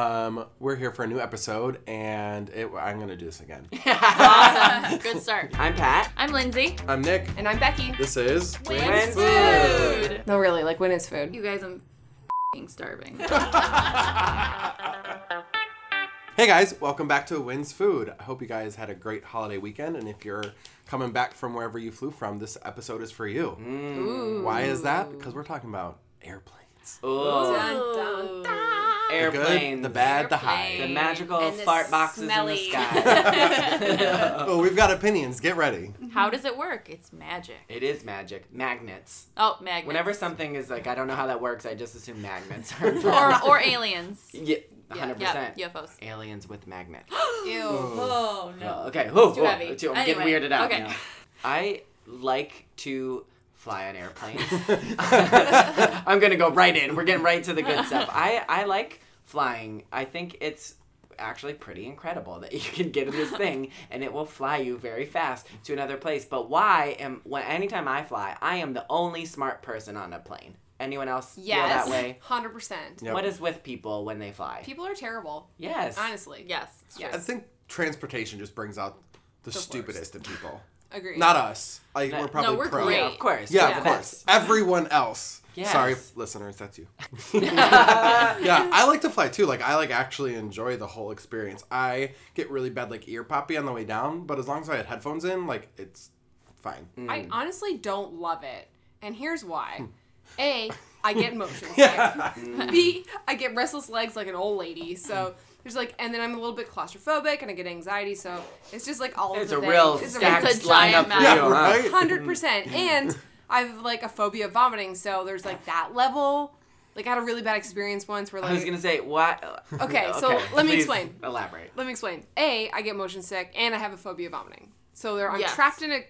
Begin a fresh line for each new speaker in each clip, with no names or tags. Um, we're here for a new episode, and it, I'm gonna do this again.
awesome. Good start.
I'm Pat.
I'm Lindsay.
I'm Nick.
And I'm Becky.
This is
Wins
Food.
No, really, like when it's food.
You guys, I'm f***ing starving.
Hey guys, welcome back to Wins Food. I hope you guys had a great holiday weekend, and if you're coming back from wherever you flew from, this episode is for you.
Mm.
Ooh.
Why is that? Because we're talking about airplanes.
Ooh.
Dun, dun,
The
Airplanes.
good, the bad, the high.
The magical
And the
fart boxes
smelly.
in the sky.
Oh, we've got opinions. Get ready.
How does it work? It's magic.
it is magic. Magnets.
Oh, magnets.
Whenever something is like, I don't know how that works, I just assume magnets are
or
involved.
or aliens.
yeah,
Yeah,
100%.
yeah, UFOs.
Aliens with magnets.
Ew.
Oh.
Oh
Oh,
no.
okay, whoa,
too
whoa,
heavy.
too- I'm
Anyway,
getting weirded out.
okay.
now. I like to fly on airplanes. I'm gonna go right in. We're getting right to the good stuff. I I like flying. I think it's actually pretty incredible that you can get in this thing and it will fly you very fast to another place. But why am when anytime I fly, I am the only smart person on a plane. Anyone else
Yes.
feel that way?
100%.
Yep.
What is with people when they fly?
People are terrible.
yes.
Honestly.
Yes.
I
Yes.
think transportation just brings out the, stupidest in people.
Agree.
Not us. Like
No,
we're probably
we're
pro.
great.
Yeah, of course.
Yeah,
we're
of
the
course. Everyone else.
Yes.
Sorry, listeners, that's you.
best.
yeah, I like to fly too. Like I like actually enjoy the whole experience. I get really bad like ear poppy on the way down, but as long as I had headphones in, like it's fine.
Mm. Hmm.
I honestly don't love it. And here's why. A, I get motion sick.
Yeah.
B, I get restless legs like an old lady. So there's like, and then I'm a little bit claustrophobic and I get anxiety. So it's just like all
It's a
of the
real
things.
stacked
It's a
lineup
giant
for you,
map.
Yeah,
huh?
right?
hundred percent. And I have like a phobia of vomiting, so there's like that level. Like I had a really bad experience once where like
I was gonna say what?
Okay, so let me
please
explain.
Elaborate.
let me explain. A, I get motion sick and I have a phobia of vomiting. So there I'm
Yes.
trapped in a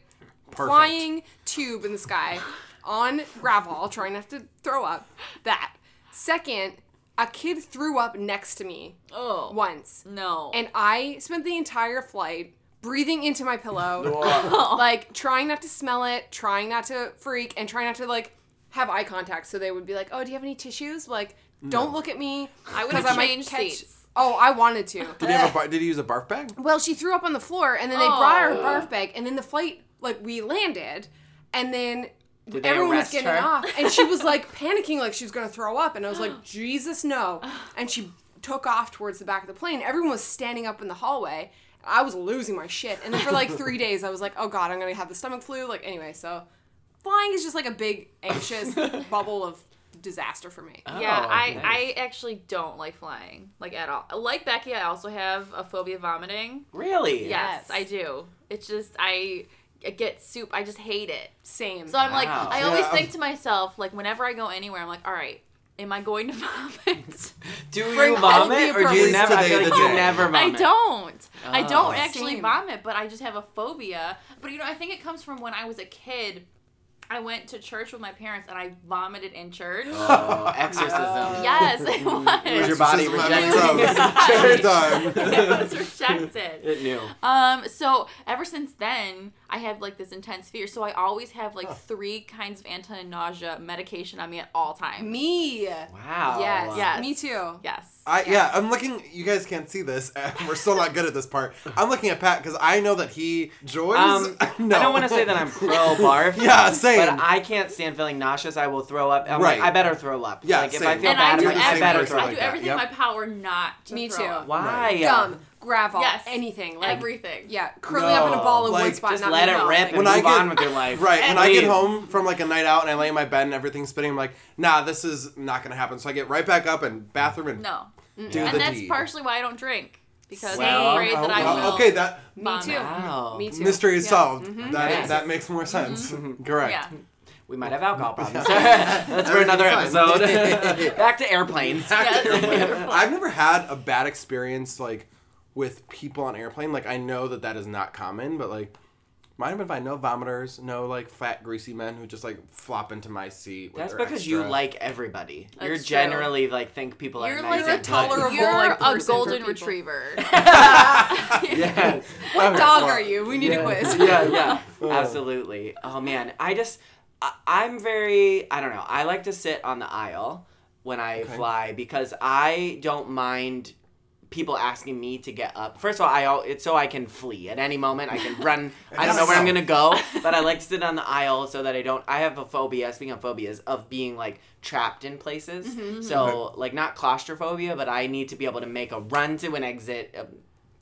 Perfect.
flying tube in the sky on gravel trying not to throw up. That. Second, a kid threw up next to me
Oh.
once.
No.
And I spent the entire flight breathing into my pillow, like trying not to smell it, trying not to freak, and trying not to like have eye contact. So they would be like, "Oh, do you have any tissues?" Like, don't look at me. I
would've changed seats.
Oh, I wanted to.
Did you have a bar- did you use a barf bag?
Well, she threw up on the floor, and then they brought her a
Oh.
barf bag, and then the flight, like we landed, and then
Did they
everyone was
arrest
getting
her?
off, and she was like panicking, like she was gonna throw up, and I was like, Jesus, no! And she took off towards the back of the plane. Everyone was standing up in the hallway. I was losing my shit, and then for like three days, I was like, Oh God, I'm gonna have the stomach flu. Like anyway, so flying is just like a big anxious bubble of disaster for me.
Yeah,
Oh,
I,
nice.
I actually don't like flying, like at all. Like Becky, I also have a phobia of vomiting.
Really?
Yes,
Yes.
I do. It's just I I get soup. I just hate it.
Same.
So I'm like,
Wow.
I always
Yeah.
think to myself, like whenever I go anywhere, I'm like, all right, am I going to vomit?
Do
Bring
you
all
vomit
the
or do you
appropriate-
never? I feel
Today
like
the
you
day.
never
I
vomit.
don't. I
Oh.
don't actually
Same.
vomit, but I just have a phobia. But you know, I think it comes from when I was a kid. I went to church with my parents and I vomited in church.
Oh, exorcism.
Yes, it was.
Was your body
Exorcism on
rejected?
the road. Chair
it
time.
was rejected.
It knew.
Um, so ever since then, I have like this intense fear. So I always have like three kinds of anti-nausea medication on me at all times.
me.
Wow.
Yes.
Yes.
Me too.
Yes.
I, yeah, I'm looking. You guys can't see this. We're still not good at this part. I'm looking at Pat because I know that he joys.
Um,
no.
I don't want to say that I'm pro barf.
Yeah, same.
But I can't stand feeling nauseous. I will throw up. I'm
Right.
like, I better throw up.
Yeah,
Like, if
same.
I feel
And I
bad,
do
about it, I
same
better
everything.
person
throw
I
like
do
up.
that,
everything
yep.
in my power not to
Me
throw
too.
up.
Why?
Gum, gravel,
Yes.
anything. Like
Everything.
Yeah, curling up in a
No,
ball in one
like,
spot.
Just
not
let it
moving.
rip and
When
move
I get-
on with your life.
Right. When I get
Please.
home from like a night out and I lay in my bed and everything's spinning, I'm like, nah, this is not gonna happen. So I get right back up and bathroom and
No.
do the
And that's
deed.
partially why I don't drink because
Well, oh,
I'm afraid that I
well,
will.
Oh, okay, that
Me too.
Wow.
Me too.
mystery is
Yeah. Mm-hmm.
solved. That
Yes.
that makes more sense. Correct.
Yeah.
We might have alcohol problems.
Yeah.
That's for another
Everything's fine.
episode. Back to airplanes.
Yes.
I've never had a bad experience like with people on airplane. Like I know that that is not common, but like mine have been fine. No vomiters, no like fat greasy men who just like flop into my seat. With
That's
their
because you
extra-
like everybody.
That's
You're
true.
generally like think people are
You're
nice
like a
and kind.
tolerable,
You're
like,
a
person for
golden
people.
retriever.
yes.
What
Okay,
dog
well,
are you? We need
yeah.
a quiz.
Yeah, yeah. Absolutely. Oh man, I just I, I'm very I don't know. I like to sit on the aisle when I fly because I don't mind people asking me to get up. First of all, I all it's so I can flee at any moment. I can run. I don't know where I'm gonna go, but I like to sit on the aisle so that I don't. I have a phobia. Speaking of phobias, of being like trapped in places. So like not claustrophobia, but I need to be able to make a run to an exit. uh,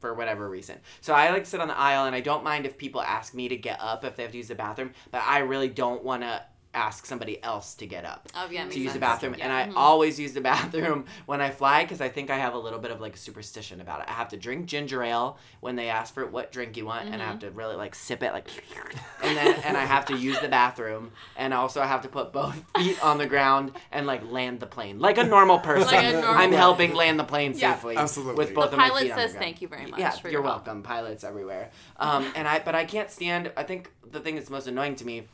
for whatever reason. So I like to sit on the aisle and I don't mind if people ask me to get up if they have to use the bathroom, but I really don't want to ask somebody else to get up
Oh, yeah,
to
makes
use the
sense.
bathroom and
Yeah. Mm-hmm.
i always use the bathroom when i fly because i think i have a little bit of like a superstition about it i have to drink ginger ale when they ask for what drink you want and i have to
Mm-hmm.
really like sip it like and then and i have to use the bathroom and also i have to put both feet on the ground and like land the plane like a normal person
Like a normal-
i'm helping land the plane
Yeah,
safely
absolutely.
with
The
both of my
pilot
feet on the
says
ground.
thank you very much.
Yeah,
for
you're
your help."
welcome. Pilots everywhere. Um, and I, but I can't stand. I think the thing that's most annoying to me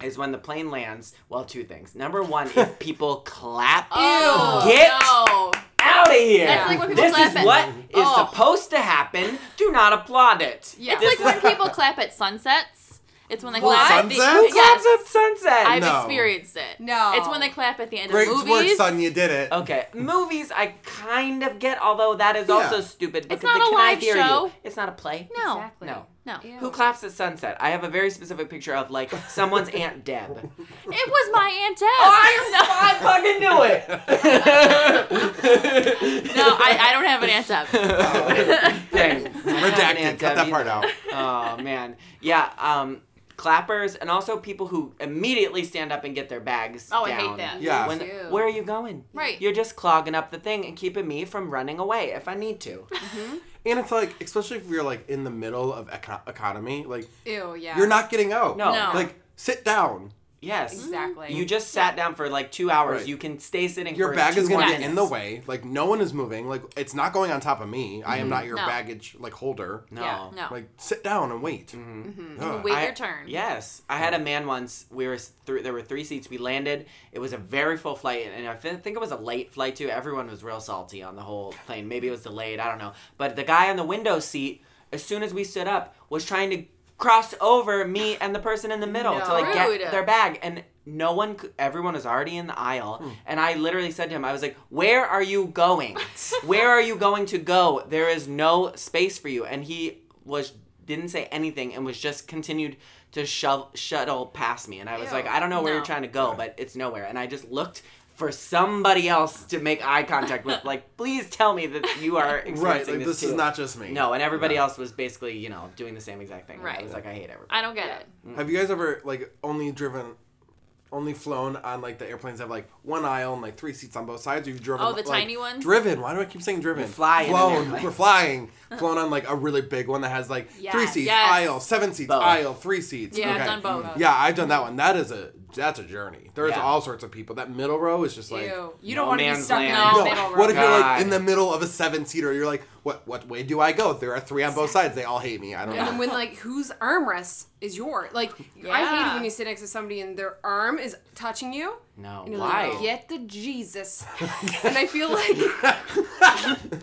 is when the plane lands. Well, two things. Number one, if people clap,
Oh,
get
no.
out of here.
That's like when people
this
clap
is
at-
what is
Oh.
supposed to happen. Do not applaud it.
Yeah. It's
This
like
is-
when people clap at sunsets. It's when they
What?
clap at the
Sunsets? Who
Yes.
claps at sunset.
I've
No.
experienced it.
No.
It's when they clap at the end
Great
of movies.
work, son. You did it.
Okay, movies I kind of get, although that is
Yeah.
also stupid. because
not
they
a
cannot
live
hear
show.
You. It's not a play.
No.
Exactly.
No.
No.
Ew.
Who claps at sunset? I have a very specific picture of like someone's aunt Deb.
It was my Aunt
Oh,
Deb.
I, I fucking knew it.
no, I, I don't have an Aunt Deb.
Oh, Dang.
Redacted. Cut that part out.
Oh man, yeah. Um, clappers and also people who immediately stand up and get their bags.
Oh, I hate
down.
that.
Yeah.
When-
Ew.
where are you going?
Right.
You're just clogging up the thing and keeping me from running away if I need to.
And it's like, especially if you're like in the middle of eco- economy, like
Ew, yeah.
you're not getting out.
No.
No.
Like sit down.
Yes.
Exactly.
You just sat down for like two hours.
Right.
You can stay sitting.
Your
for
bag
two
is gonna
minutes.
get in the way. Like no one is moving. Like it's not going on top of me. I am not your
No.
baggage like holder.
Mm-hmm. No. Mm-hmm.
Yeah, no.
Like sit down and wait. Ugh.
Wait
I-
your turn.
Yes, I had a man once. We were s- thr- there were three seats. We landed. It was a very full flight, and I thi- think it was a late flight too. Everyone was real salty on the whole plane. Maybe it was delayed. I don't know. But the guy on the window seat, as soon as we stood up, was trying to cross over me and the person in the middle to like
Rude.
get their bag and. No one, c- everyone was already in the aisle,
Hmm.
and I literally said to him, "I was like, where are you going? Where are you going to go? There is no space for you." And he was didn't say anything and was just continued to shove shuttle past me and i was
Ew.
like i don't know where
No.
you're trying to go but it's nowhere and i just looked for somebody else to make eye contact with like please tell me that you are experiencing
Right. Like
this,
this is
too.
not just me.
no and everybody
Yeah.
else was basically you know doing the same exact thing right i
Right.
was like i hate everybody
I don't get it.
Have you guys ever like only driven, only flown on like the airplanes that have like one aisle and like three seats on both sides? Or you've driven
Oh, the
like,
tiny ones?
Driven. Why do I keep saying driven?
You're flying in an
Flown.
airplane.
We're flying. flown on like a really big one that has like three
Yes.
seats,
Yes.
aisle, seven seats,
Both.
aisle, three seats.
Yeah, I've done both.
Yeah, I've done that one. That is a that's a journey. There's
Yeah.
all sorts of people. That middle row is just like.
Ew. You
No
don't want to be
man's
stuck in
land.
the
No,
middle
what if
row.
you're like
God.
in the middle of a seven seater? You're like, what? What way do I go? There are three on both sides. They all hate me. I don't
And
know.
then when like whose armrest is yours? Like I hate
Yeah.
it when you sit next to somebody and their arm is touching you.
no
And you're
why
like, get the Jesus. and I feel like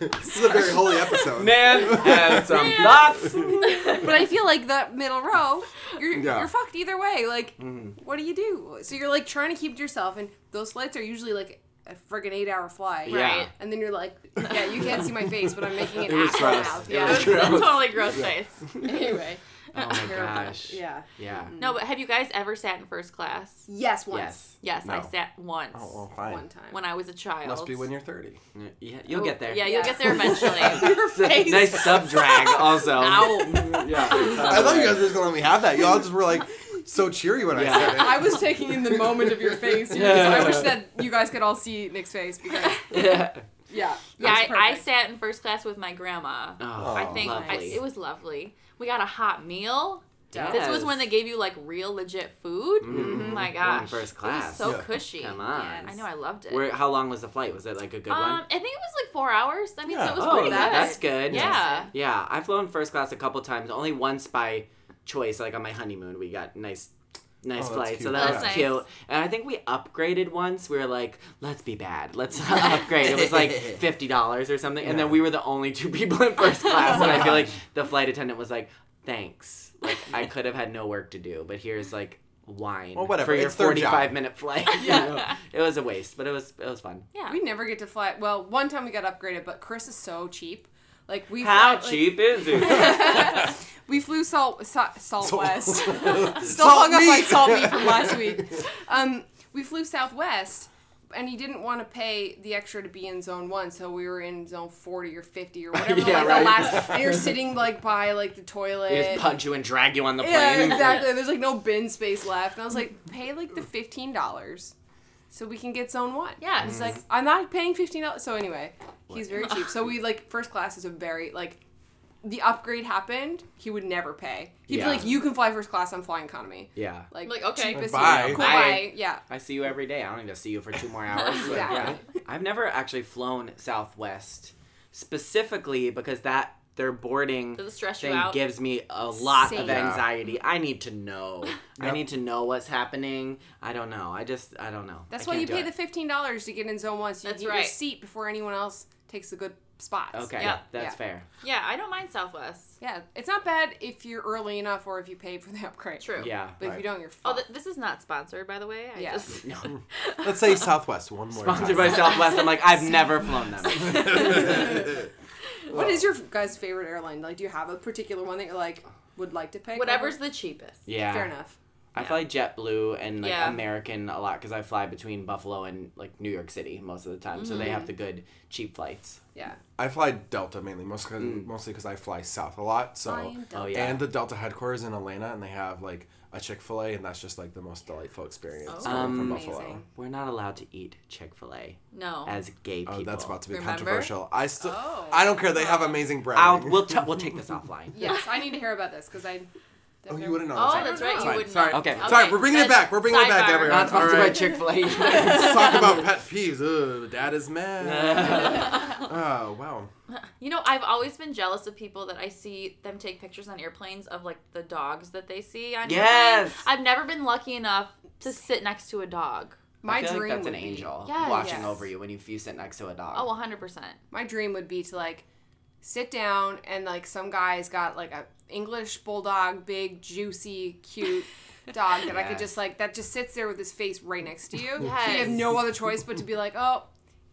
this is a very holy episode.
man has some thoughts Oh
but I feel like that middle row, you're
Yeah.
you're fucked either way. Like
Mm-hmm.
what do you do? So you're like trying to keep to yourself and those flights are usually like a friggin' eight hour flight.
Yeah.
Right.
And then you're like, Yeah, you can't see my face, but I'm making an
It was
ass
gross.
mouth.
It
Yeah.
was
It's a
Gross.
totally gross face.
anyway.
oh my gosh
Yeah.
yeah
No, but have you guys ever sat in first class?
Yes, once.
yes
Yes, I
No.
sat once
Oh, well, fine.
One time.
when I was a child.
Must be when you're 30.
yeah you'll get there
Yeah,
you-
you'll
Yeah.
get there eventually.
Your face.
nice sub drag also
Ow.
yeah
I thought you guys were just gonna let me have that. Y'all just were like so cheery when
Yeah.
I said it.
I was taking in the moment of your face. you guys. I wish that you guys could all see Nick's face because
yeah
Yeah,
yeah, that's
I, I
perfect.
sat in first class with my grandma.
oh,
I think I-
lovely.
it was lovely. We got a hot meal.
Yes.
This was when they gave you like real legit food. Oh
Mhm.
My gosh,
in first
It was
class.
so
Yeah.
cushy.
Come on.
I know, I loved it.
Where? How long was the flight? Was it like a good
um,
one?
I think it was like four hours. I mean, so
Yeah.
it was
oh,
pretty
that-
good.
that's good.
Yeah.
Yeah, I've flown first class a couple times. Only once by choice. Like on my honeymoon, we got nice. Nice
Oh, that's
flights. so
cute.
that
That's
was
nice.
cute. And I think we upgraded once. We were like, let's be bad. Let's upgrade. It was like $50 or something. And then
Yeah. Oh
we were the only two people in first class. and I feel like the flight attendant was like, thanks. Like, I could have had no work to do, but here's like wine
Well, whatever,
for your
it's their job.
45 minute flight. you know? It was a waste, but it was it was fun.
Yeah.
We never get to fly. Well, one time we got upgraded, but Chris is so cheap. Like we
How
fly- like,
cheap is it?
We flew Salt Salt, salt
Salt-
West. Still
Salt
hung up
meat.
on Salt Meat from last week. Um, we flew Southwest, and he didn't want to pay the extra to be in Zone One, so we were in Zone Forty or Fifty or whatever.
Yeah,
like
right.
the last, and you're sitting like by like the toilet.
they just punch you and drag you on the plane.
Yeah, exactly. There's like no bin space left. And I was like, pay like the fifteen dollars so we can get zone one.
Yeah.
Mm.
He's like, I'm not paying fifteen dollars. So anyway, he's very cheap. So we like first class is a very like the upgrade happened, he would never pay. He'd
Yeah.
be like, You can fly first class, I'm flying economy.
Yeah.
Like,
Like, okay.
cheapest
Bye.
deal. Cool,
Bye.
bye. Yeah.
I see you every day. I don't need to see you for two more hours. but yeah. I've never actually flown Southwest specifically because that their boarding
Does it stress you
thing
out?
gives me a lot
Same.
of
Yeah.
anxiety. I need to know. I
Yep.
need to know what's happening. I don't know. I just I don't know.
That's
I
why you
can't do
pay the
it.
fifteen dollars to get in zone one so you
That's
can get
right.
your seat before anyone else takes the good spots.
Okay,
Yeah.
that's
Yeah.
fair.
Yeah, I don't mind Southwest.
Yeah. It's not bad if you're early enough or if you paid for the upgrade.
True.
Yeah.
But if
Right.
you don't, you're fucked.
Oh, th- this is not sponsored, by the way. I
Yeah.
just
No.
Let's say Southwest one more
Sponsored by
time.
Southwest. I'm like, I've never flown them.
What is your guys' favorite airline? Like, do you have a particular one that you're like would like to pick?
whatever's the cheapest.
Yeah.
fair enough.
I fly JetBlue and like
Yeah.
American a lot because I fly between Buffalo and like New York City most of the time, so they have
Mm-hmm.
the good cheap flights.
Yeah,
I fly Delta mainly, most cause, mostly because I fly south a lot. So,
I am Delta.
Oh, yeah.
and the Delta headquarters in Atlanta, and they have like a Chick Fil A, and that's just like the most delightful experience going
Oh.
from
Um,
Buffalo.
Amazing.
We're not allowed to eat Chick Fil A
No.
as gay people.
Oh, that's about to be
Remember?
controversial. I still,
Oh.
I don't care. They have amazing
I'll,
branding.
we'll t- we'll take this offline.
yes, I need to hear about this because I.
oh, you wouldn't know.
Oh,
Sorry.
that's right. You
Sorry.
wouldn't.
Sorry.
know.
Okay.
Sorry, we're bringing it
side-
back. We're bringing it back,
sidebar.
everyone.
Not sponsored by
Alright.
Chick Fil
Let's
A.
talk about pet peeves. Ugh, dad is mad. oh wow.
You know, I've always been jealous of people that I see them take pictures on airplanes of like the dogs that they see on
Yes.
airplanes. I've never been lucky enough to sit next to a dog.
My
I feel
dream
like that's
would
an
be,
angel
Yes.
watching
Yes.
over you when you, if you sit next to a dog.
Oh, 100%.
My dream would be to like sit down and like some guy's got like a English bulldog, big, juicy, cute. Dog that I could
Yes.
just like that just sits there with his face right next to you. So you
Yes.
have no other choice but to be like, oh,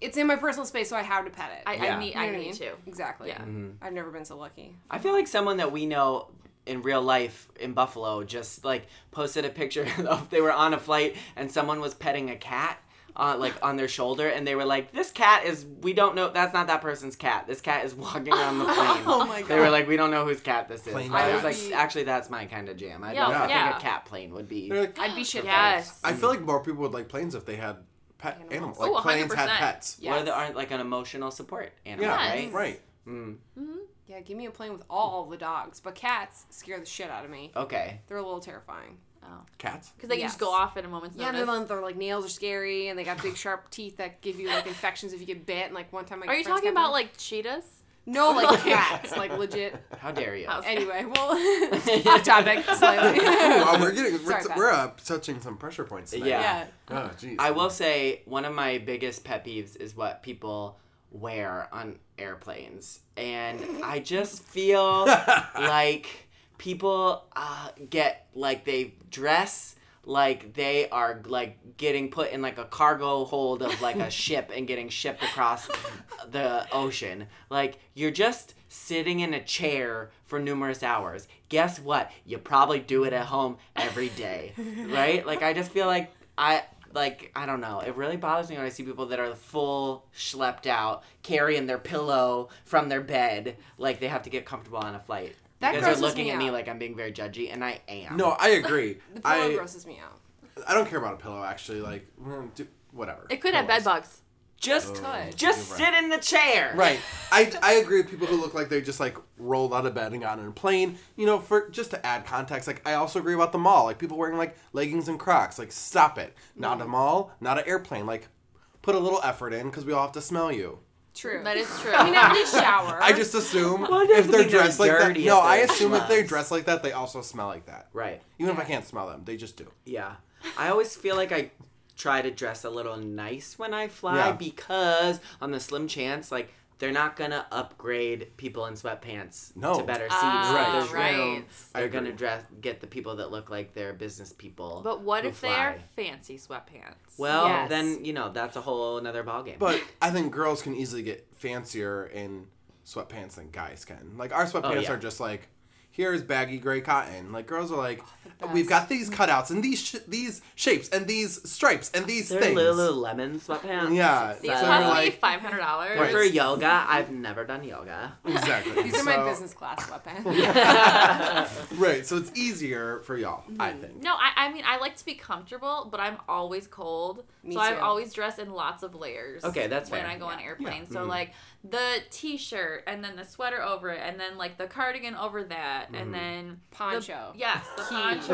it's in my personal space, so I have to pet it.
I,
You
Yeah.
I need,
know
I
what
need
mean?
to.
Exactly.
Yeah.
Mm-hmm.
I've never been so lucky.
I feel like someone that we know in real life in Buffalo just like posted a picture of they were on a flight and someone was petting a cat. Uh, like on their shoulder, and they were like, "This cat is. We don't know. That's not that person's cat. This cat is walking around the plane."
Oh my
They were like, "We don't know whose cat this is."
Plane
I
cat.
was like, "Actually, that's my kind of jam. I,
Yeah,
love- I think
yeah.
a cat plane would be."
They're like-
I'd be shit.
Yes.
I feel like more people would like planes if they had pet
Animals.
animals.
Oh,
Like planes had
100%.
pets.
Yeah.
What
Yes.
are the, aren't like an emotional support animal,
Yeah.
right?
Yes.
Right.
Mm,
Yeah, give me a plane with all the dogs, but cats scare the shit out of me.
okay.
They're a little terrifying.
Cats.
Because they can
Yes.
just go off at a moment's
Yeah, and
notice.
they're, like- they're like nails are scary, and they got big sharp teeth that give you like infections if you get bit. And like one time, my
Are you
friends
talking
got
about
bit-
like cheetahs?
no, like cats, like legit.
How dare you?
How scary.
Anyway, well, off topic slightly.
wow, we're getting we're,
Sorry, Pat.
we're uh, touching some pressure points. Tonight.
Yeah.
yeah,
Oh, jeez.
I will say one of my biggest pet peeves is what people wear on airplanes, and I just feel like people uh, get like they dress like they are like getting put in like a cargo hold of like a ship and getting shipped across the ocean. Like you're just sitting in a chair for numerous hours. Guess what? You probably do it at home every day, right? Like I just feel like I like I don't know. It really bothers me when I see people that are full schlepped out, carrying their pillow from their bed, like they have to get comfortable on a flight.
That
because they're
grosses
looking
me
at me
out.
like I'm being very judgy, and I am.
No, I agree.
the pillow
I
grosses me out.
I don't care about a pillow actually. Like mm, do, whatever.
It could have bed
Pillows.
bugs.
just
Oh,
just
you're
sit in the chair.
Right. I, I agree with people who look like they just like rolled out of bed and got on a plane. You know, for just to add context, like I also agree about the mall. Like people wearing like leggings and Crocs. Like stop it. Not a mall. Not an airplane. Like put a little effort in because we all have to smell you.
True.
That is true.
I mean, I need shower.
I just assume
Well,
if
it doesn't
they're
mean they're
dressed like that.
dirty
No,
if
I
they're
assume if they're
schlubs.
dressed like that, they also smell like that.
Right.
Even if I can't smell them, they just do.
Yeah. I always feel like I try to dress a little nice when I fly
Yeah.
because on the slim chance, like they're not gonna upgrade people in sweatpants
No.
to better seats.
Ah,
There's
right.
room.
I
They're gonna
agree.
dress get the people that look like they're business people.
But what
who
if they are
fly.
fancy sweatpants?
Well,
Yes.
then you know that's a whole another ballgame.
But I think girls can easily get fancier in sweatpants than guys can. Like our sweatpants
Oh, yeah.
are just like here's baggy gray cotton. Like girls are like
Oh,
we've got these cutouts and these sh- these shapes and these stripes and these
they're
things.
Lululemon sweatpants.
Yeah,
these
so
they're
cost me
like-
five hundred dollars.
Right.
For yoga, I've never done yoga.
Exactly.
These are my
So-
business class sweatpants.
Right, so it's easier for y'all, I
Mm-hmm.
think.
No, I, I mean I like to be comfortable, but I'm always cold,
Me
so I've
too.
always dressed in lots of layers.
Okay, that's
when
fair.
I go on
Yeah.
airplanes. So like the t-shirt and then the sweater over it, and then like the cardigan over that, and then
Poncho.
The, yes, the poncho.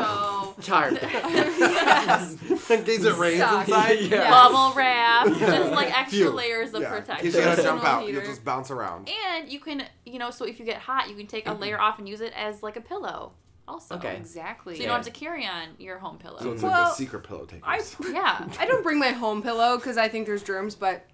Tarp.
Yes.
In case it rains
Sucks.
inside,
Yeah.
Bubble wrap, just like
Yeah.
extra
Phew.
layers of
Yeah.
protection.
In case you gotta jump
Personal
out,
heater.
you'll just bounce around.
And you can, you know, so if you get hot, you can take a layer off and use it as like a pillow. Also,
Okay.
exactly.
so you don't have to carry on your home pillow.
So it's like
Well,
the secret pillow takers.
I,
yeah,
I don't bring my home pillow because I think there's germs, but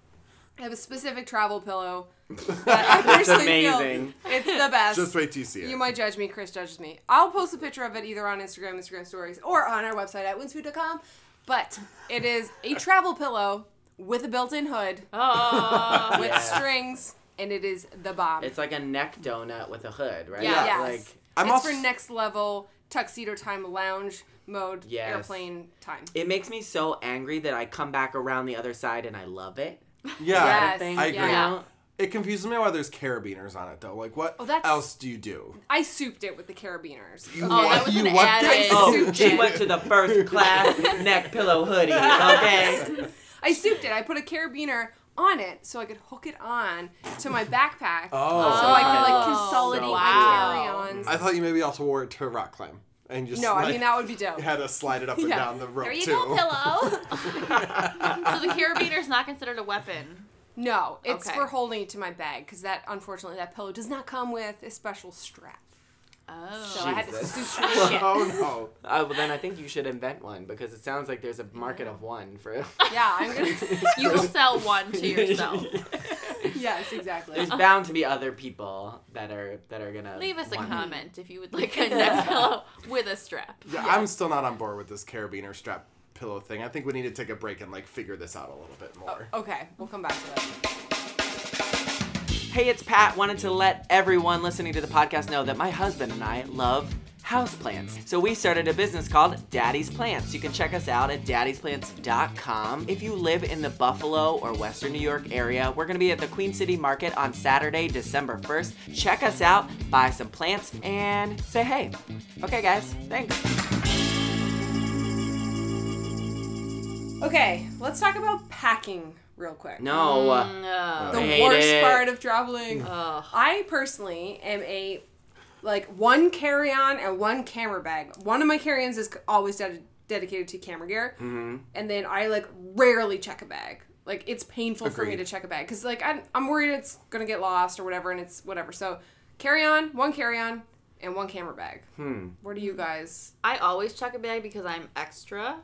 I have a specific travel pillow. That I
It's
personally
amazing.
Feel it's the best.
Just wait till you see it.
You might judge me. Chris judges me. I'll post a picture of it either on Instagram, Instagram stories, or on our website at winsfood.com. But it is a travel pillow with a built-in hood
Oh,
with
Yeah.
strings, and it is the bomb.
It's like a neck donut with a hood, right?
Yeah.
yes.
Like
I'm
it's
also-
for next level tuxedo time lounge mode
Yes.
airplane time.
it makes me so angry that I come back around the other side and I love it.
yeah.
Yes.
I agree.
You
Yeah.
know?
It confuses me why there's carabiners on it though. Like what
Oh, that's-
else do you do?
I souped it with the carabiners.
You
that
want-
was
you
an
want
added-
this?
Oh,
Suit
she
it.
went to the first class neck pillow hoodie. Okay.
I souped it. I put a carabiner on it so I could hook it on to my backpack.
Oh.
So I could like
Oh.
consolidate
Oh.
Wow.
my carry-ons.
I thought you maybe also wore it to a rock climb and just
No,
like,
I mean that would be dope.
had to slide it up and
Yeah.
down the rope
there you
too.
go, pillow. so the carabiner is not considered a weapon.
No, it's
Okay.
for holding it to my bag because that unfortunately that pillow does not come with a special strap.
Oh,
So I had to
Jesus.
suture the shit.
Oh
Uh, well, then I think you should invent one because it sounds like there's a market of one for.
Yeah, I'm gonna.
you will sell one to yourself.
yes, exactly.
There's bound to be other people that are that are gonna
Leave us a
want it.
comment if you would like a neck pillow with a strap.
no. Yeah, I'm still not on board with this carabiner strap pillow thing. I think we need to take a break and like figure this out a little bit more.
Okay, we'll come back to that.
Hey, it's Pat. Wanted to let everyone listening to the podcast know that my husband and I love houseplants. So we started a business called Daddy's Plants. You can check us out at daddy'splants.com. If you live in the Buffalo or Western New York area, we're going to be at the Queen City Market on Saturday, December 1st. Check us out, buy some plants, and say hey. Okay, guys, thanks.
Okay, let's talk about packing real quick.
No. uh,
No.
the
Hate
worst
it.
part of traveling.
Ugh.
I personally am a like one carry on and one camera bag. One of my carry ons is always ded- dedicated to camera gear, and then I like rarely check a bag. Like it's painful for me
Agreed.
to check a bag because like I'm, I'm worried it's gonna get lost or whatever, and it's whatever. So carry on, one carry on, and one camera bag. Hmm. What do you guys?
I always check a bag because I'm extra.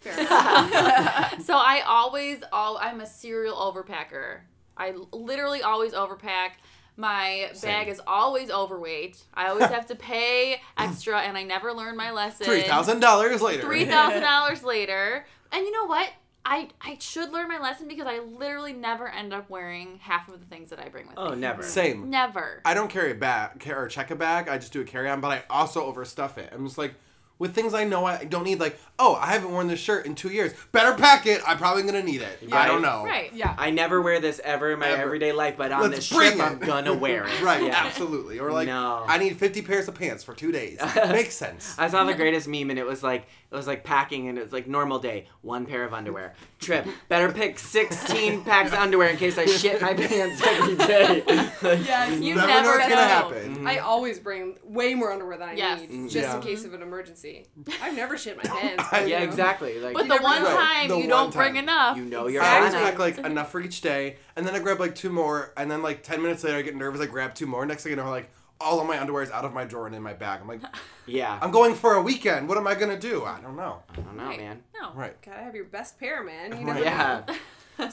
Fair enough.
So I always all I'm a serial overpacker. I literally always overpack. My bag is always overweight. I always have to pay extra and I never learn my lesson.
Three thousand dollars later.
oh, Three thousand dollars later. And you know what? I, I should learn my lesson because I literally never end up wearing half of the things that I bring with
Oh,
me.
never.
Same.
Never.
I don't carry a bag car- or check a bag. I just do a carry on, but I also overstuff it. I'm just like, with things I know I don't need, like, oh, I haven't worn this shirt in two years. Better pack it. I'm probably gonna need it. I don't know.
Right.
yeah.
I never wear this ever in my
Ever.
everyday life, but on
Let's
this
bring
trip, I'm
it.
gonna wear it.
Right,
Yeah.
absolutely. Or like,
No.
I need 50 pairs of pants for two days. Makes sense.
I saw the greatest meme and it was like it was like packing and it was like normal day, one pair of underwear. Trip. Better pick sixteen packs of underwear in case I shit my pants every day.
Yes.
You
never,
never
know what's gonna
know.
Mm-hmm.
happen.
I always bring way more underwear than I
Yes.
need just
Mm-hmm. Yeah.
in case of an emergency. I've never shit my pants.
I-
you
yeah,
know.
exactly. Like
But
you,
the
never
one
know.
time
The
you
one
don't bring
time.
enough.
know you're
I
on
always
Exactly.
it.
pack like enough for each day, and then I grab like two more, and then like 10 minutes later, I get nervous, I grab two more. Next thing you know, like all of my underwear is out of my drawer and in my bag. I'm like,
Yeah.
I'm going for a weekend. What am I gonna do? I don't know.
I don't know, man.
No.
Right.
Gotta have your best pair, man. You
Right.
never
Yeah.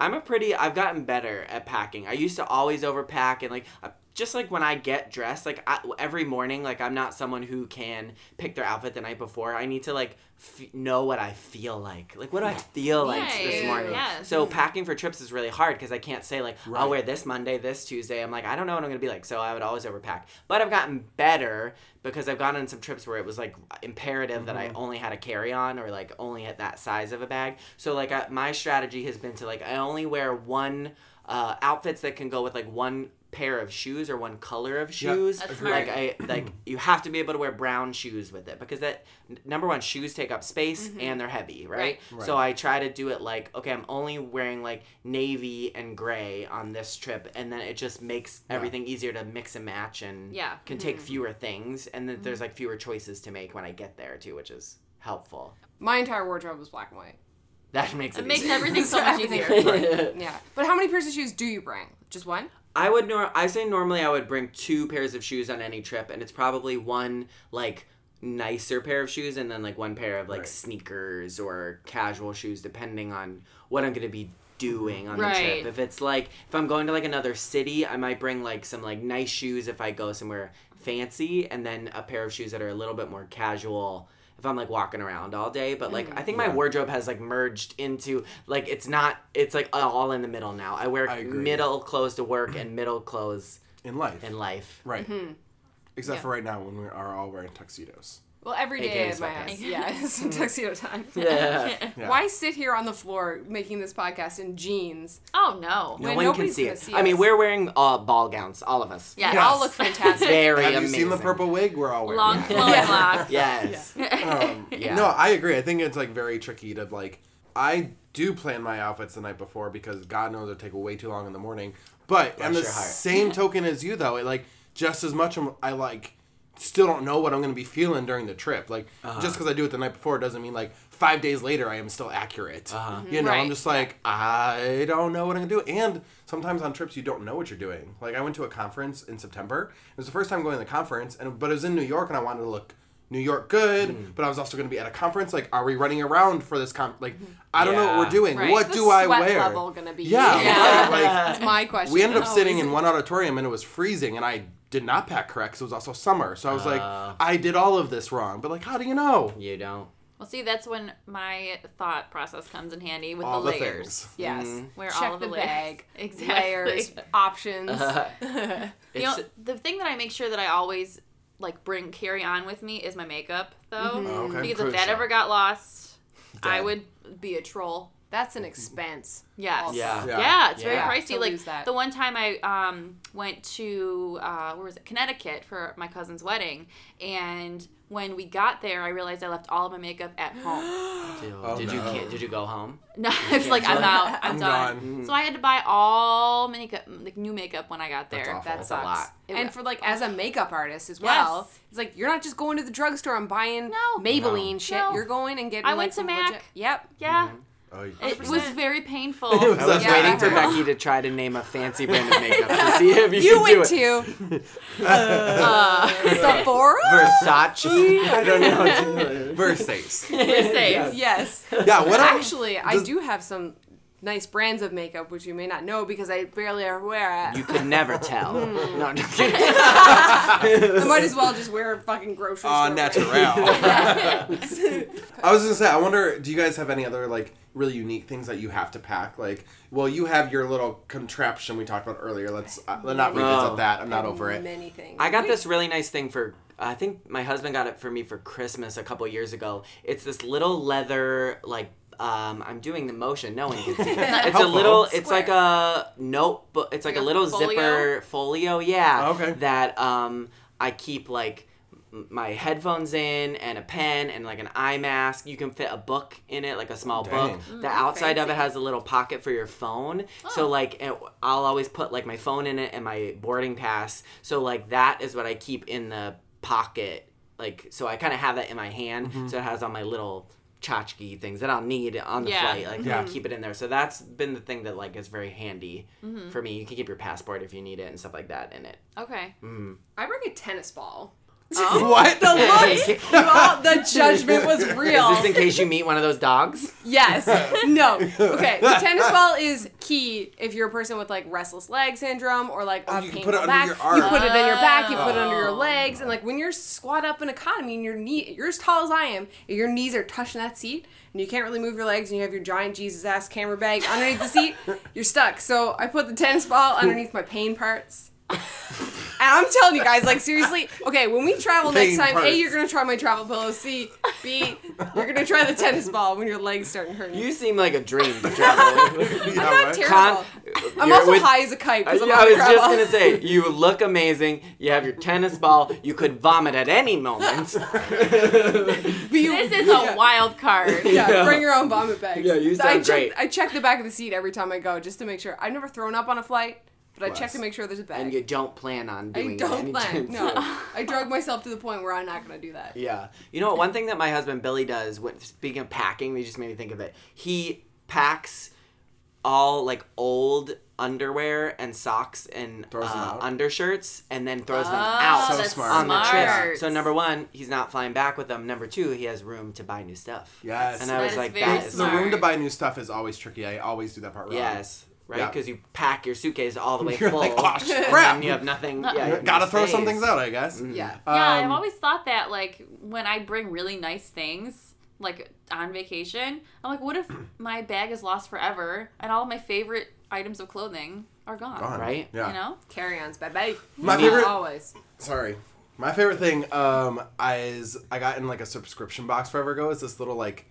I'm a pretty. I've gotten better at packing. I used to always overpack and like. I, just like when I get dressed, like I, every morning, like I'm not someone who can pick their outfit the night before. I need to like f- know what I feel like, like what do I feel like this
Yes.
morning.
Yes.
So packing for trips is really hard because I can't say like oh,
Right.
I'll wear this Monday, this Tuesday. I'm like I don't know what I'm gonna be like, so I would always overpack. But I've gotten better because I've gone on some trips where it was like imperative that I only had a carry on or like only had that size of a bag. So like I, my strategy has been to like I only wear one uh, outfits that can go with like one pair of shoes or one color of shoes
That's
like
smart.
i like you have to be able to wear brown shoes with it because that n- number one shoes take up space and they're heavy right?
Right.
so i try to do it like okay i'm only wearing like navy and gray on this trip and then it just makes everything easier to mix and match and
Yeah. Mm-hmm.
can take fewer things and then there's like fewer choices to make when i get there too which is helpful
My entire wardrobe was black and white.
that makes it,
It makes
easier.
everything so much easier.
Right.
Yeah. But how many pairs of shoes do you bring? Just one?
I would nor I say normally I would bring two pairs of shoes on any trip, and it's probably one like nicer pair of shoes and then like one pair of like
Right.
sneakers or casual shoes depending on what I'm gonna be doing on the
Right.
trip. If it's like if I'm going to like another city, I might bring like some like nice shoes if I go somewhere fancy, and then a pair of shoes that are a little bit more casual. If I'm like walking around all day, but like I think my wardrobe has like merged into like it's not it's like all in the middle now. I wear
I agree.
middle clothes to work and middle clothes
in life.
in mm-hmm. life.
right. Except
Yeah.
for right now when we are all wearing tuxedos.
Well, every
AKA
day at my
sweatpants.
house. Yeah, it's tuxedo time.
Yeah.
Yeah.
Why sit here on the floor making this podcast in jeans?
Oh no.
No one
When
can
nobody's
see
gonna
it.
see
I mean,
us.
we're wearing uh, ball gowns, all of us.
Yeah,
Yes.
all look fantastic.
Very
Have
amazing.
you seen the purple wig we're all wearing?
Long
Yeah.
flowing
Yeah.
locks.
Yes.
Um,
Yeah.
No, I agree. I think it's like very tricky to like. I do plan my outfits the night before because God knows it take way too long in the morning. But on the
your heart.
same token as you though, it like just as much I'm- I like still don't know what I'm going to be feeling during the trip. Like just because I do it the night before doesn't mean like five days later I am still accurate.
Mm-hmm.
You know, I'm
Right.
just like I don't know what I'm going to do. And sometimes on trips you don't know what you're doing. Like I went to a conference in September. It was the first time going to the conference, and but it was in New York, and I wanted to look New York good, but I was also going to be at a conference. Like, are we running around for this con? Like, I don't know what we're
Yeah.
doing.
Right.
What
What's the
do I
sweat
wear?
level gonna be?
Yeah,
Yeah.
right, like,
That's my question.
we ended up
Oh,
sitting
is
in
it-
one auditorium and it was freezing, and I did not pack correct because it was also summer. So I was like,
Uh.
I did all of this wrong. But like, how do you know?
You don't.
Well, see, that's when my thought process comes in handy with
All
the
the
layers.
things.
Yes.
Mm.
Where
Check
all of the,
the
layers.
bag,
Exactly.
Layers, options.
You know,
It's-
the thing that I make sure that I always like bring carry on with me is my makeup, though,
Mm-hmm. Oh, Okay,
because if that
crucial.
ever got lost, I
Dead.
would be a troll.
That's an expense.
Yes.
Yeah.
Yeah.
Yeah, it's
Yeah.
very
To
pricey. Like
lose that.
the one time I um, went to uh, where was it? Connecticut for my cousin's wedding, and when we got there, I realized I left all of my makeup at home.
Dude,
Oh,
did you
no.
can't, did you go home?
no, I was like, I'm out. I'm,
I'm
done.
Mm-hmm.
gone.
So I had to buy all makeup, like new makeup, when I got there.
That's awful.
That
That's
a
sucks.
lot.
It
and
wa-
for like as a makeup artist as well,
Yes.
it's like you're not just going to the drugstore and buying
No.
Maybelline shit.
No.
You're going and getting.
I went
like,
to
some
MAC.
legit- Yep.
yeah,
Oh, you-
it was very painful.
It was
I was
Yeah,
waiting
that
for
hurt.
Becky to try to name a fancy brand of makeup to see if you,
You
could do
went
it.
to
Uh,
Sephora.
Versace. I don't know.
Versace.
safe.
yes.
yeah. What else?
Actually, I do have some nice brands of makeup which you may not know because I barely ever wear
you
it.
could never tell. no, I'm just kidding.
I might as well just wear a fucking grocery store.
Uh,
brand.
natural. I was gonna say, I wonder, do you guys have any other like really unique things that you have to pack? Like, well, you have your little contraption we talked about earlier. Let's uh, let's not revisit
No.
that. I'm not over it.
Many things.
I got this really nice thing for. I think my husband got it for me for Christmas a couple years ago. It's this little leather like. Um, I'm doing the motion. No one can see. It's a
Helpful.
little. It's like a notebook. It's like a
Like a
little
folio?
zipper folio. Yeah.
Oh, Okay.
That um, I keep like m- my headphones in and a pen and like an eye mask. You can fit a book in it, like a small book.
Dang.
the outside of it
fancy.
has a little pocket for your phone.
Oh.
So like it, I'll always put like my phone in it and my boarding pass. So like that is what I keep in the pocket. Like so I kind of have that in my hand. So it has all my little tchotchke things that I'll need on the
Yeah.
flight. Like
Yeah.
I keep it in there. So that's been the thing that like is very handy
Mm-hmm.
for me. You can keep your passport if you need it and stuff like that in it.
Okay.
I bring a tennis ball.
Oh.
what?
The
Hey.
looks, you all, the judgment was real.
Is this in case you meet one of those dogs?
Yes. No. Okay. The tennis ball is key if you're a person with like restless leg syndrome or like
Oh,
a
you can
painful
put it under
back.
your
you
arm.
put it in your back. You put it under your
Oh.
legs, and like when you're squat up in economy and your knee, you're as tall as I am, and your knees are touching that seat, and you can't really move your legs, and you have your giant Jesus ass camera bag underneath the seat, you're stuck. So I put the tennis ball underneath my pain parts. And I'm telling you guys, like seriously, okay, when we travel
Pain
next time,
parts.
A, you're gonna try my travel pillow. C, B, you're gonna try the tennis ball when your legs starting hurting.
You seem like a dream to travel with.
Yeah,
I'm not
right?
terrible.
Con-
I'm
you're
also
with-
high as a kite.
I,
'cause I'm
I
on
was
travel.
just gonna say, you look amazing. You have your tennis ball. You could vomit at any moment.
But you-
This is
yeah.
a wild card.
Yeah,
Yeah.
bring your own vomit bags.
Yeah, you
So I
sound
check,
great.
I check the back of the seat every time I go just to make sure. I've never thrown up on a flight, but I check
Bless.
to make sure there's a bag.
and you don't plan on doing
I
it
don't
anytime
plan. No,
soon.
I drug myself to the point where I'm not gonna do that.
Yeah. You know, one thing that my husband Billy does, when, speaking of packing, they just made me think of it. He packs all like old underwear and socks and
Throws them
uh,
out?
undershirts and then throws them
Oh,
out
that's So smart.
on the trip.
smart.
So, number one, he's not flying back with them. Number two, he has room to buy new stuff.
Yes.
And I
That
was
is
like,
very
that is
the
smart.
room to buy new stuff is always tricky. I always do that part wrong.
Yes. Right?
Um, Yeah.
Because you pack your suitcase all the way
You're
full.
like, "Oh,
and then
crap."
you have nothing. Yeah, you have
Gotta
no
throw
space. Mm-hmm.
some things out, I guess.
Yeah.
Yeah, I've
Um,
always thought that like when I bring really nice things like on vacation, I'm like, what if my bag is lost forever and all my favorite items of clothing are gone?
Gone.
Right?
Yeah.
You know?
Carry-ons, baby.
My
Not
favorite-
always.
Sorry. My favorite thing um is I got in like a subscription box forever ago is this little like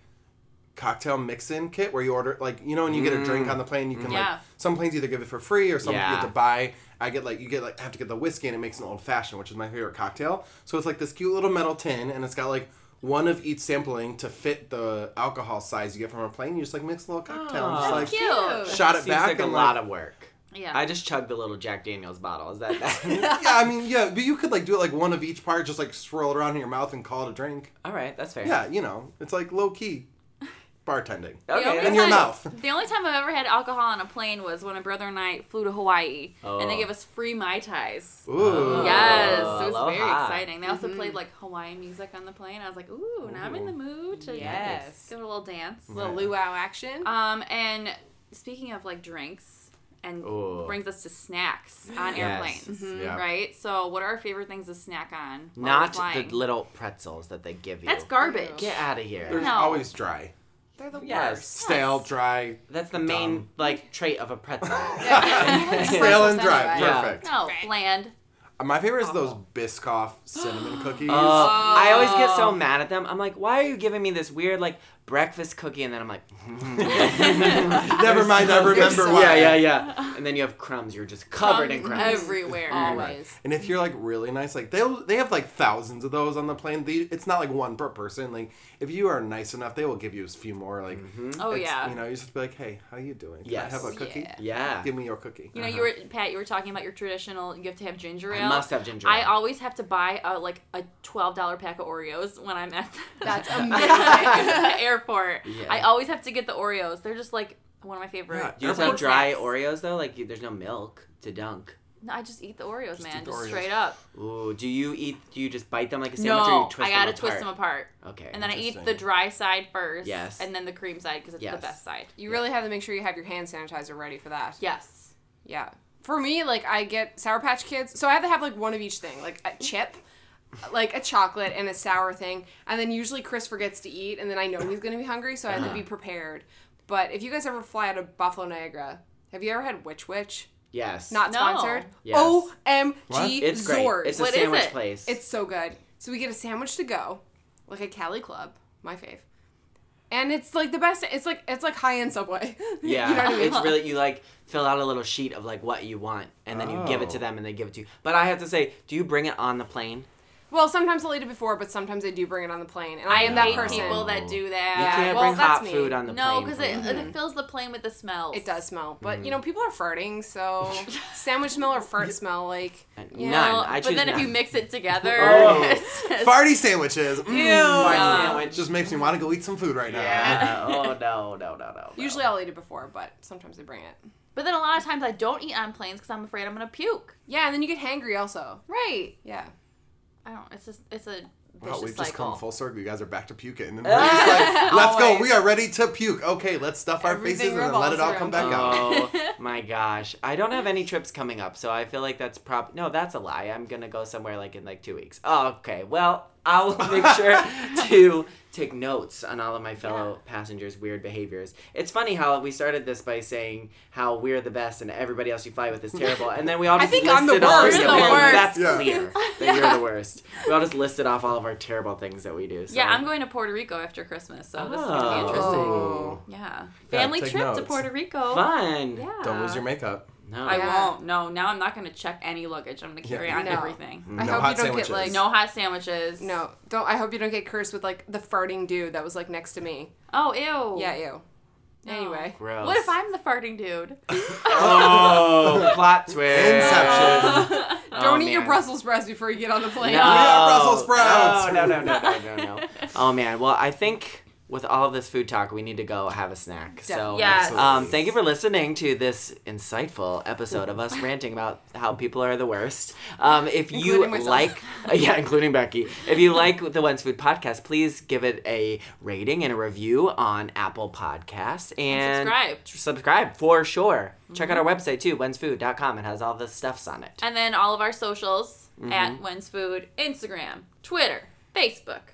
cocktail mix-in kit where you order like you know when you get a drink on the plane you can like
Yeah.
some planes either give it for free or some you
Mm. Yeah.
have to buy I get like you get like have to get the whiskey and it makes an old fashioned which is my favorite cocktail so it's like this cute little metal tin and it's got like one of each sampling to fit the alcohol size you get from a plane you just like mix a little cocktail and just
Aw.
like
That's cute.
shot it
Seems
back
like a
and
lot
like,
of work.
Yeah.
I just chugged the little Jack Daniels bottle. Is that that?
yeah I mean yeah but you could like do it like one of each part just like swirl it around in your mouth and call it a drink
All right, that's fair.
Yeah, you know, it's like low key bartending.
Okay.
The only
In your
time-
mouth.
The only time I've ever had alcohol on a plane was when my brother and I flew to Hawaii, and
Oh.
they gave us free mai tais.
Ooh.
Yes, it was very
aloha.
exciting. They also played like Hawaiian music on the plane. I was like, ooh, now I'm in the mood to
Yes.
give it a little dance.
Mm-hmm.
Little luau action.
Um, and speaking of like drinks, and
Ooh.
brings us to snacks on
Yes.
airplanes,
Yeah.
right? So, what are our favorite things to snack on? while
Not
we're flying?
the little pretzels that they give you.
That's garbage.
Get out of here.
They're
No.
always dry.
They're the
Yes.
worst.
Stale,
Yes.
dry.
That's the main
Dumb.
like trait of a pretzel.
Stale and dry.
anyway.
Yeah.
Perfect.
No, bland.
My favorite is those Biscoff cinnamon cookies.
Uh, I always get
Oh.
so mad at them. I'm like, why are you giving me this weird like breakfast cookie? And then I'm like,
Hmm. Never mind, I remember
so-
why.
yeah, yeah, yeah. And then you have crumbs. You're just covered in
Crumbs
crumbs.
everywhere.
Always.
And if you're like really nice, like they'll they have like thousands of those on the plane. They, it's not like one per person. Like if you are nice enough, they will give you a few more. Like
Oh
it's-
yeah.
you know, you just be like, hey, how you doing? Can I
Mm-hmm. Yes.
have a cookie?
Yeah.
Yeah.
Give me your cookie.
You know, you were Pat. You were talking about your traditional. You have to have ginger ale.
Uh-huh. I must have ginger.
I
ale.
always have to buy a, like a twelve dollar pack of Oreos when I'm at
That's
the
amazing.
airport.
Yeah.
I always have to get the Oreos. They're just like one of my favorite.
Yeah,
Do you just have
airport
dry
snacks.
Oreos though? Like you, there's no milk to dunk.
No, I just eat the Oreos, man,
eat the
just
Oreos.
straight up.
Ooh, do you eat? Do you just bite them like a sandwich, or you
No,
twist
I gotta
them
twist them apart,
Okay.
and then I eat the
Interesting.
dry side first.
Yes.
and then the cream side because it's the
Yes.
best side.
You really have to make sure you have your hand sanitizer ready for that.
Yes.
Yeah. For me, like I get Sour Patch Kids, so I have to have like one of each thing, like a chip, like a chocolate and a sour thing, and then usually Chris forgets to eat, and then I know he's gonna be hungry, so I have to be prepared. But if you guys ever fly out of Buffalo Niagara, have you ever had Witch Witch?
Yes.
Not
No.
sponsored.
Yes.
What?
Omg,
It's great.
Zord.
It's a
What is
sandwich
it?
place.
It's so good. So we get a sandwich to go, like a Cali Club, my fave. And it's like the best. It's like it's like high end Subway.
yeah.
you know what I mean?
It's really you like fill out a little sheet of like what you want, and then you give it to
Oh.
them, and they give it to you. But I have to say, do you bring it on the plane?
Well, sometimes I'll eat it before, but sometimes I do bring it on the plane, and I, am that
hate
person.
people that do
You
that.
Yeah,
can't
well,
bring
that's
hot
me.
food on the
No,
plane.
because
for
it,
me.
it fills the plane with the smells.
It does smell, but you know people are farting, so sandwich smell or fart smell, like yeah.
None.
Well,
I
but
choose
then if you
none.
mix it together,
Oh.
it's just-
Farty sandwiches. Mm, farty
Yeah.
sandwich. Just makes me want to go eat some food right now.
Uh, oh no, no, no, no. no.
Usually I'll eat it before, but sometimes I bring it.
But then a lot of times I don't eat on planes because I'm afraid I'm gonna puke.
Yeah, and then you get hangry also.
Right.
Yeah,
I don't. It's just it's a
Wow,
vicious
we've just
cycle.
come full circle. You guys are back to puking. And we're just like, let's go.
Always.
We are ready to puke. Okay, let's stuff our
Everything
faces and then let it all
revolves
come back
around
out.
Oh my gosh. I don't have any trips coming up, so I feel like that's prob no, that's a lie. I'm gonna go somewhere like in like two weeks. Oh, okay. Well, I'll make sure to take notes on all of my fellow passengers' weird behaviors. It's funny how we started this by saying how we're the best and everybody else you fly with is terrible, and then we all
I
just
think
listed
I'm the
all
worst.
of
You're the
well,
worst.
That's
Yeah.
clear that you're the worst. We all just listed off all of our terrible things that we do. So.
Yeah, I'm going to Puerto Rico after Christmas, so this is gonna be
Oh.
interesting.
Oh.
Yeah,
Yeah,
family
take
trip to
notes.
Puerto Rico.
Fun.
Yeah,
Don't lose your makeup.
No.
I
Yeah.
won't. No, now I'm not gonna check any luggage. I'm gonna
Yeah. Mm.
carry on
No.
everything.
I
No
hope
hot
you don't
sandwiches.
get like
No hot sandwiches.
No, don't. I hope you don't get cursed with like the farting dude that was like next to me.
Oh ew.
Yeah, ew.
No.
Anyway,
Gross.
What if I'm the farting dude?
Oh, plot twist.
Inception.
Oh,
don't eat your
man.
Brussels sprouts before you get on the plane.
No.
got Brussels sprouts.
No, no, no, no, no, no, no. oh man. Well, I think with all of this food talk, we need to go have a snack. So,
Yes.
um, thank you for listening to this insightful episode of us ranting about how people are the worst. Um, if you
Including myself.
like, yeah, including Becky. If you like the Once Food podcast, please give it a rating and a review on Apple Podcasts and
subscribe.
Subscribe for sure. Check out our website too, wensfood.com. It has all the stuffs on it.
And then all of our socials at When's Food, Instagram, Twitter, Facebook.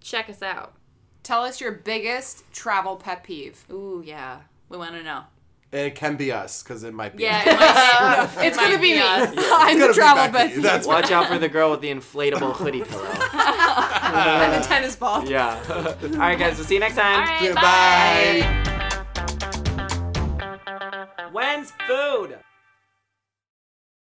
Check us out.
Tell us your biggest travel pet peeve.
Ooh, yeah. We want to know.
It can be us because it might be.
Yeah, it might be-
It's
might
gonna be me.
us.
It's
I'm the
gonna be
travel
Becky.
pet peeve.
That's
Watch out for the girl with the inflatable hoodie pillow.
and the tennis ball.
Yeah. All right, guys. We'll see you next
All
time.
right,
Goodbye.
bye.
When's food?